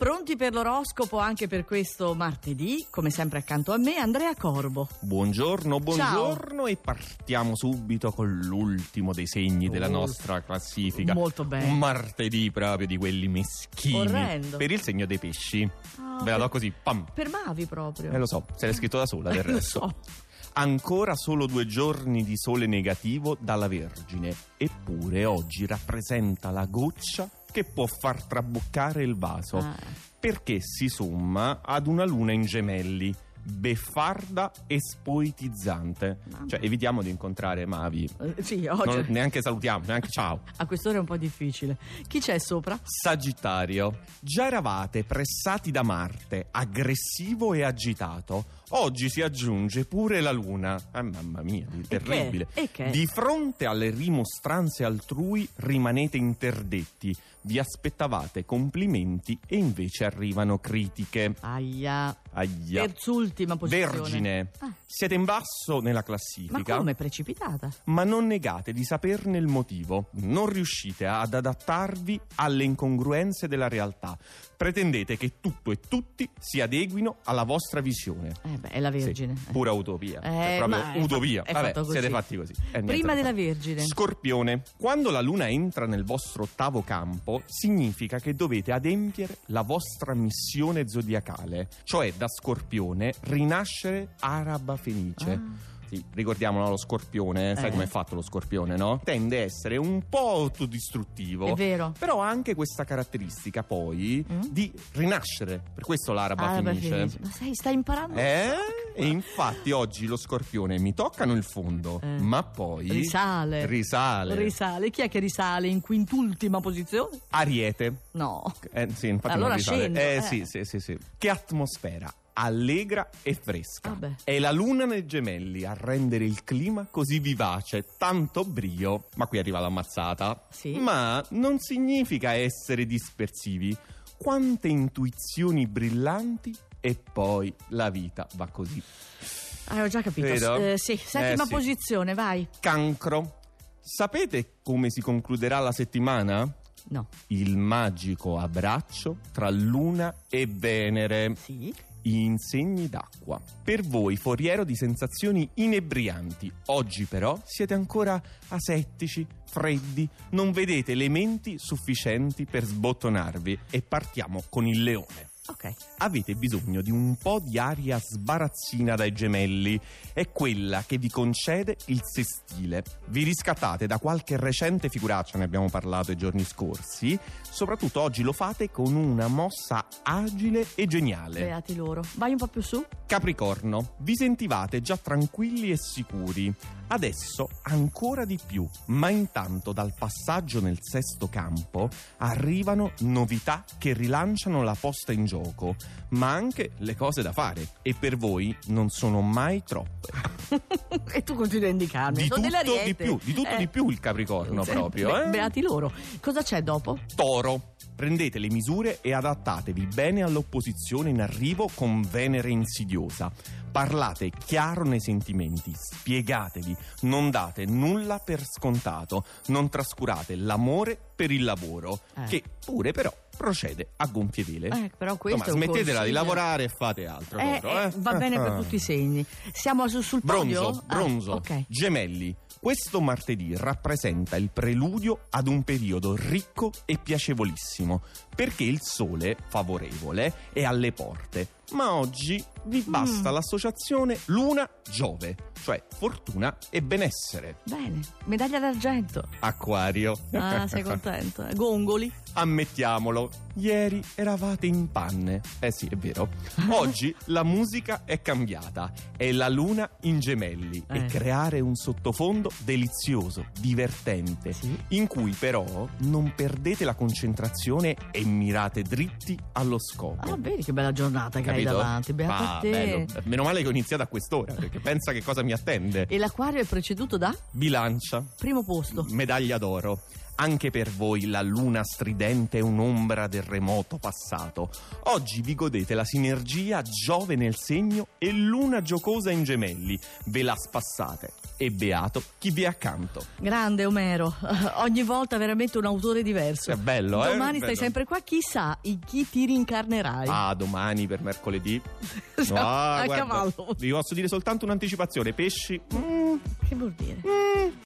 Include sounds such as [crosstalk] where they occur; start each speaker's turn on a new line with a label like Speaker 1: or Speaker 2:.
Speaker 1: Pronti per l'oroscopo anche per questo martedì, come sempre accanto a me Andrea Corbo.
Speaker 2: Buongiorno, buongiorno e partiamo subito con l'ultimo dei segni della
Speaker 1: Uh,
Speaker 2: nostra classifica.
Speaker 1: Molto
Speaker 2: Un
Speaker 1: bene.
Speaker 2: martedì proprio di quelli meschini.
Speaker 1: Orrendo.
Speaker 2: Per il segno dei pesci.
Speaker 1: Ah,
Speaker 2: Ve la do
Speaker 1: per-
Speaker 2: così, pam.
Speaker 1: Per Mavi proprio.
Speaker 2: Eh lo so, se l'è scritto da sola del
Speaker 1: Eh, [laughs] lo
Speaker 2: resto.
Speaker 1: so.
Speaker 2: Ancora solo due giorni di sole negativo dalla Vergine, eppure oggi rappresenta la goccia che può far traboccare il vaso.
Speaker 1: Ah,
Speaker 2: perché si somma ad una luna in gemelli beffarda e spoetizzante.
Speaker 1: Mamma.
Speaker 2: Cioè, evitiamo di incontrare Mavi.
Speaker 1: eh, sì,
Speaker 2: Non-
Speaker 1: oggi
Speaker 2: neanche salutiamo,
Speaker 1: [laughs]
Speaker 2: neanche ciao.
Speaker 1: a quest'ora è un po' difficile. Chi c'è sopra?
Speaker 2: Sagittario, già eravate pressati da Marte, aggressivo e agitato. Oggi si aggiunge pure la Luna. Ah, mamma mia, terribile.
Speaker 1: E che? E che?
Speaker 2: Di fronte alle rimostranze altrui rimanete interdetti, vi aspettavate complimenti e invece arrivano critiche.
Speaker 1: Aia.
Speaker 2: Aia.
Speaker 1: Terzultima posizione.
Speaker 2: Vergine,
Speaker 1: Ah,
Speaker 2: siete in basso nella
Speaker 1: ma
Speaker 2: classifica,
Speaker 1: come precipitata?
Speaker 2: ma non negate di saperne il motivo. Non riuscite ad adattarvi alle incongruenze della realtà. Pretendete che tutto e tutti si adeguino alla vostra visione.
Speaker 1: Eh beh, è la Vergine.
Speaker 2: Sì, pura utopia.
Speaker 1: Eh,
Speaker 2: Cioè,
Speaker 1: ma è
Speaker 2: proprio utopia.
Speaker 1: fa- è
Speaker 2: Vabbè,
Speaker 1: fatto così.
Speaker 2: siete fatti così. Eh, niente
Speaker 1: Prima
Speaker 2: da
Speaker 1: della
Speaker 2: fare.
Speaker 1: Vergine.
Speaker 2: Scorpione, quando la luna entra nel vostro ottavo campo, significa che dovete adempiere la vostra missione zodiacale, cioè da scorpione rinascere araba fenice.
Speaker 1: Ah,
Speaker 2: Sì, ricordiamo no, lo scorpione, sai
Speaker 1: Eh.
Speaker 2: com'è fatto lo scorpione, no? Tende a essere un po'
Speaker 1: è
Speaker 2: autodistruttivo.
Speaker 1: vero.
Speaker 2: Però ha anche questa caratteristica poi
Speaker 1: Mm?
Speaker 2: di rinascere, per questo l'araba
Speaker 1: Araba
Speaker 2: fenice.
Speaker 1: Fenice. Ma sai, sta imparando.
Speaker 2: Eh? E infatti oggi lo scorpione mi toccano il fondo,
Speaker 1: Eh.
Speaker 2: ma poi
Speaker 1: Risale.
Speaker 2: risale.
Speaker 1: Risale. Chi è che risale in quintultima posizione?
Speaker 2: Ariete.
Speaker 1: No.
Speaker 2: Eh, sì, infatti
Speaker 1: Allora
Speaker 2: non risale.
Speaker 1: scendo,
Speaker 2: Eh,
Speaker 1: eh.
Speaker 2: Sì, sì, sì, sì. Che atmosfera allegra e fresca.
Speaker 1: Vabbè.
Speaker 2: È la luna nei gemelli a rendere il clima così vivace, tanto brio. Ma qui arriva l'ammazzata.
Speaker 1: Sì.
Speaker 2: Ma non significa essere dispersivi. Quante intuizioni brillanti e poi la vita va così.
Speaker 1: Ah, ho già capito.
Speaker 2: Vero?
Speaker 1: Eh, sì, settima
Speaker 2: Eh, sì.
Speaker 1: posizione, vai.
Speaker 2: Cancro. Sapete come si concluderà la settimana?
Speaker 1: No.
Speaker 2: Il magico abbraccio tra Luna e Venere.
Speaker 1: Sì.
Speaker 2: I insegni d'acqua. Per voi, foriero di sensazioni inebrianti, oggi però siete ancora asettici, freddi, non vedete elementi sufficienti per sbottonarvi. E partiamo con il leone.
Speaker 1: Ok.
Speaker 2: Avete bisogno di un po' di aria sbarazzina dai gemelli. È quella che vi concede il sestile. Vi riscattate da qualche recente figuraccia, ne abbiamo parlato i giorni scorsi. Soprattutto oggi lo fate con una mossa agile e geniale.
Speaker 1: Beati loro. Vai un po' più su. [laughs]
Speaker 2: Capricorno, vi sentivate già tranquilli e sicuri, adesso ancora di più, ma intanto dal passaggio nel sesto campo arrivano novità che rilanciano la posta in gioco, ma anche le cose da fare e per voi non sono mai troppe.
Speaker 1: e tu continui a indicarmi.
Speaker 2: Di
Speaker 1: Sono delle
Speaker 2: tutto
Speaker 1: ariete.
Speaker 2: di più, di tutto
Speaker 1: Eh.
Speaker 2: di più il Capricorno
Speaker 1: Sì,
Speaker 2: proprio,
Speaker 1: be-
Speaker 2: eh?
Speaker 1: Beati loro. Cosa c'è dopo?
Speaker 2: Toro. Prendete le misure e adattatevi bene all'opposizione in arrivo con Venere insidiosa. Parlate chiaro nei sentimenti, spiegatevi, non date nulla per scontato, non trascurate l'amore per il lavoro,
Speaker 1: Eh.
Speaker 2: che pure però procede a gonfie vele.
Speaker 1: Eh, però questo
Speaker 2: Insomma,
Speaker 1: è un
Speaker 2: smettetela di
Speaker 1: consiglio.
Speaker 2: lavorare e fate altro.
Speaker 1: Eh,
Speaker 2: Toro,
Speaker 1: eh,
Speaker 2: eh.
Speaker 1: va bene per tutti i segni. Siamo su- sul
Speaker 2: Bronzo,
Speaker 1: podio? Ah,
Speaker 2: bronzo,
Speaker 1: ok.
Speaker 2: gemelli. Questo martedì rappresenta il preludio ad un periodo ricco e piacevolissimo, perché il sole favorevole è alle porte. Ma oggi vi basta
Speaker 1: Mm.
Speaker 2: l'associazione Luna-Giove, cioè fortuna e benessere.
Speaker 1: Bene. Medaglia d'argento.
Speaker 2: Acquario.
Speaker 1: Ah, sei
Speaker 2: [laughs]
Speaker 1: contenta? Gongoli.
Speaker 2: Ammettiamolo, ieri eravate in panne. Eh sì,
Speaker 1: [laughs]
Speaker 2: è vero. Oggi la musica è cambiata, è la luna in gemelli
Speaker 1: Eh.
Speaker 2: e creare un sottofondo delizioso, divertente,
Speaker 1: Sì.
Speaker 2: in cui però non perdete la concentrazione e mirate dritti allo scopo.
Speaker 1: Ah, vedi che bella giornata che
Speaker 2: Capito?
Speaker 1: hai davanti. Beata
Speaker 2: Ah,
Speaker 1: te.
Speaker 2: bello. Meno male che ho iniziato a quest'ora, perché pensa che cosa mi
Speaker 1: [laughs]
Speaker 2: attende.
Speaker 1: E l'acquario è preceduto da
Speaker 2: Bilancia.
Speaker 1: primo posto.
Speaker 2: Medaglia d'oro. Anche per voi la luna stridente è un'ombra del remoto passato. Oggi vi godete la sinergia Giove nel segno e luna giocosa in gemelli. Ve la spassate. e beato chi vi è accanto.
Speaker 1: Grande Omero, [laughs] ogni volta veramente un autore diverso.
Speaker 2: È bello, eh?
Speaker 1: Domani stai
Speaker 2: Bello.
Speaker 1: sempre qua, chissà in chi ti rincarnerai.
Speaker 2: Ah, domani per mercoledì.
Speaker 1: [laughs] Siamo
Speaker 2: Ah,
Speaker 1: a
Speaker 2: guarda,
Speaker 1: cavallo.
Speaker 2: Vi posso dire soltanto un'anticipazione. Pesci. mm,
Speaker 1: Che vuol dire?
Speaker 2: mm,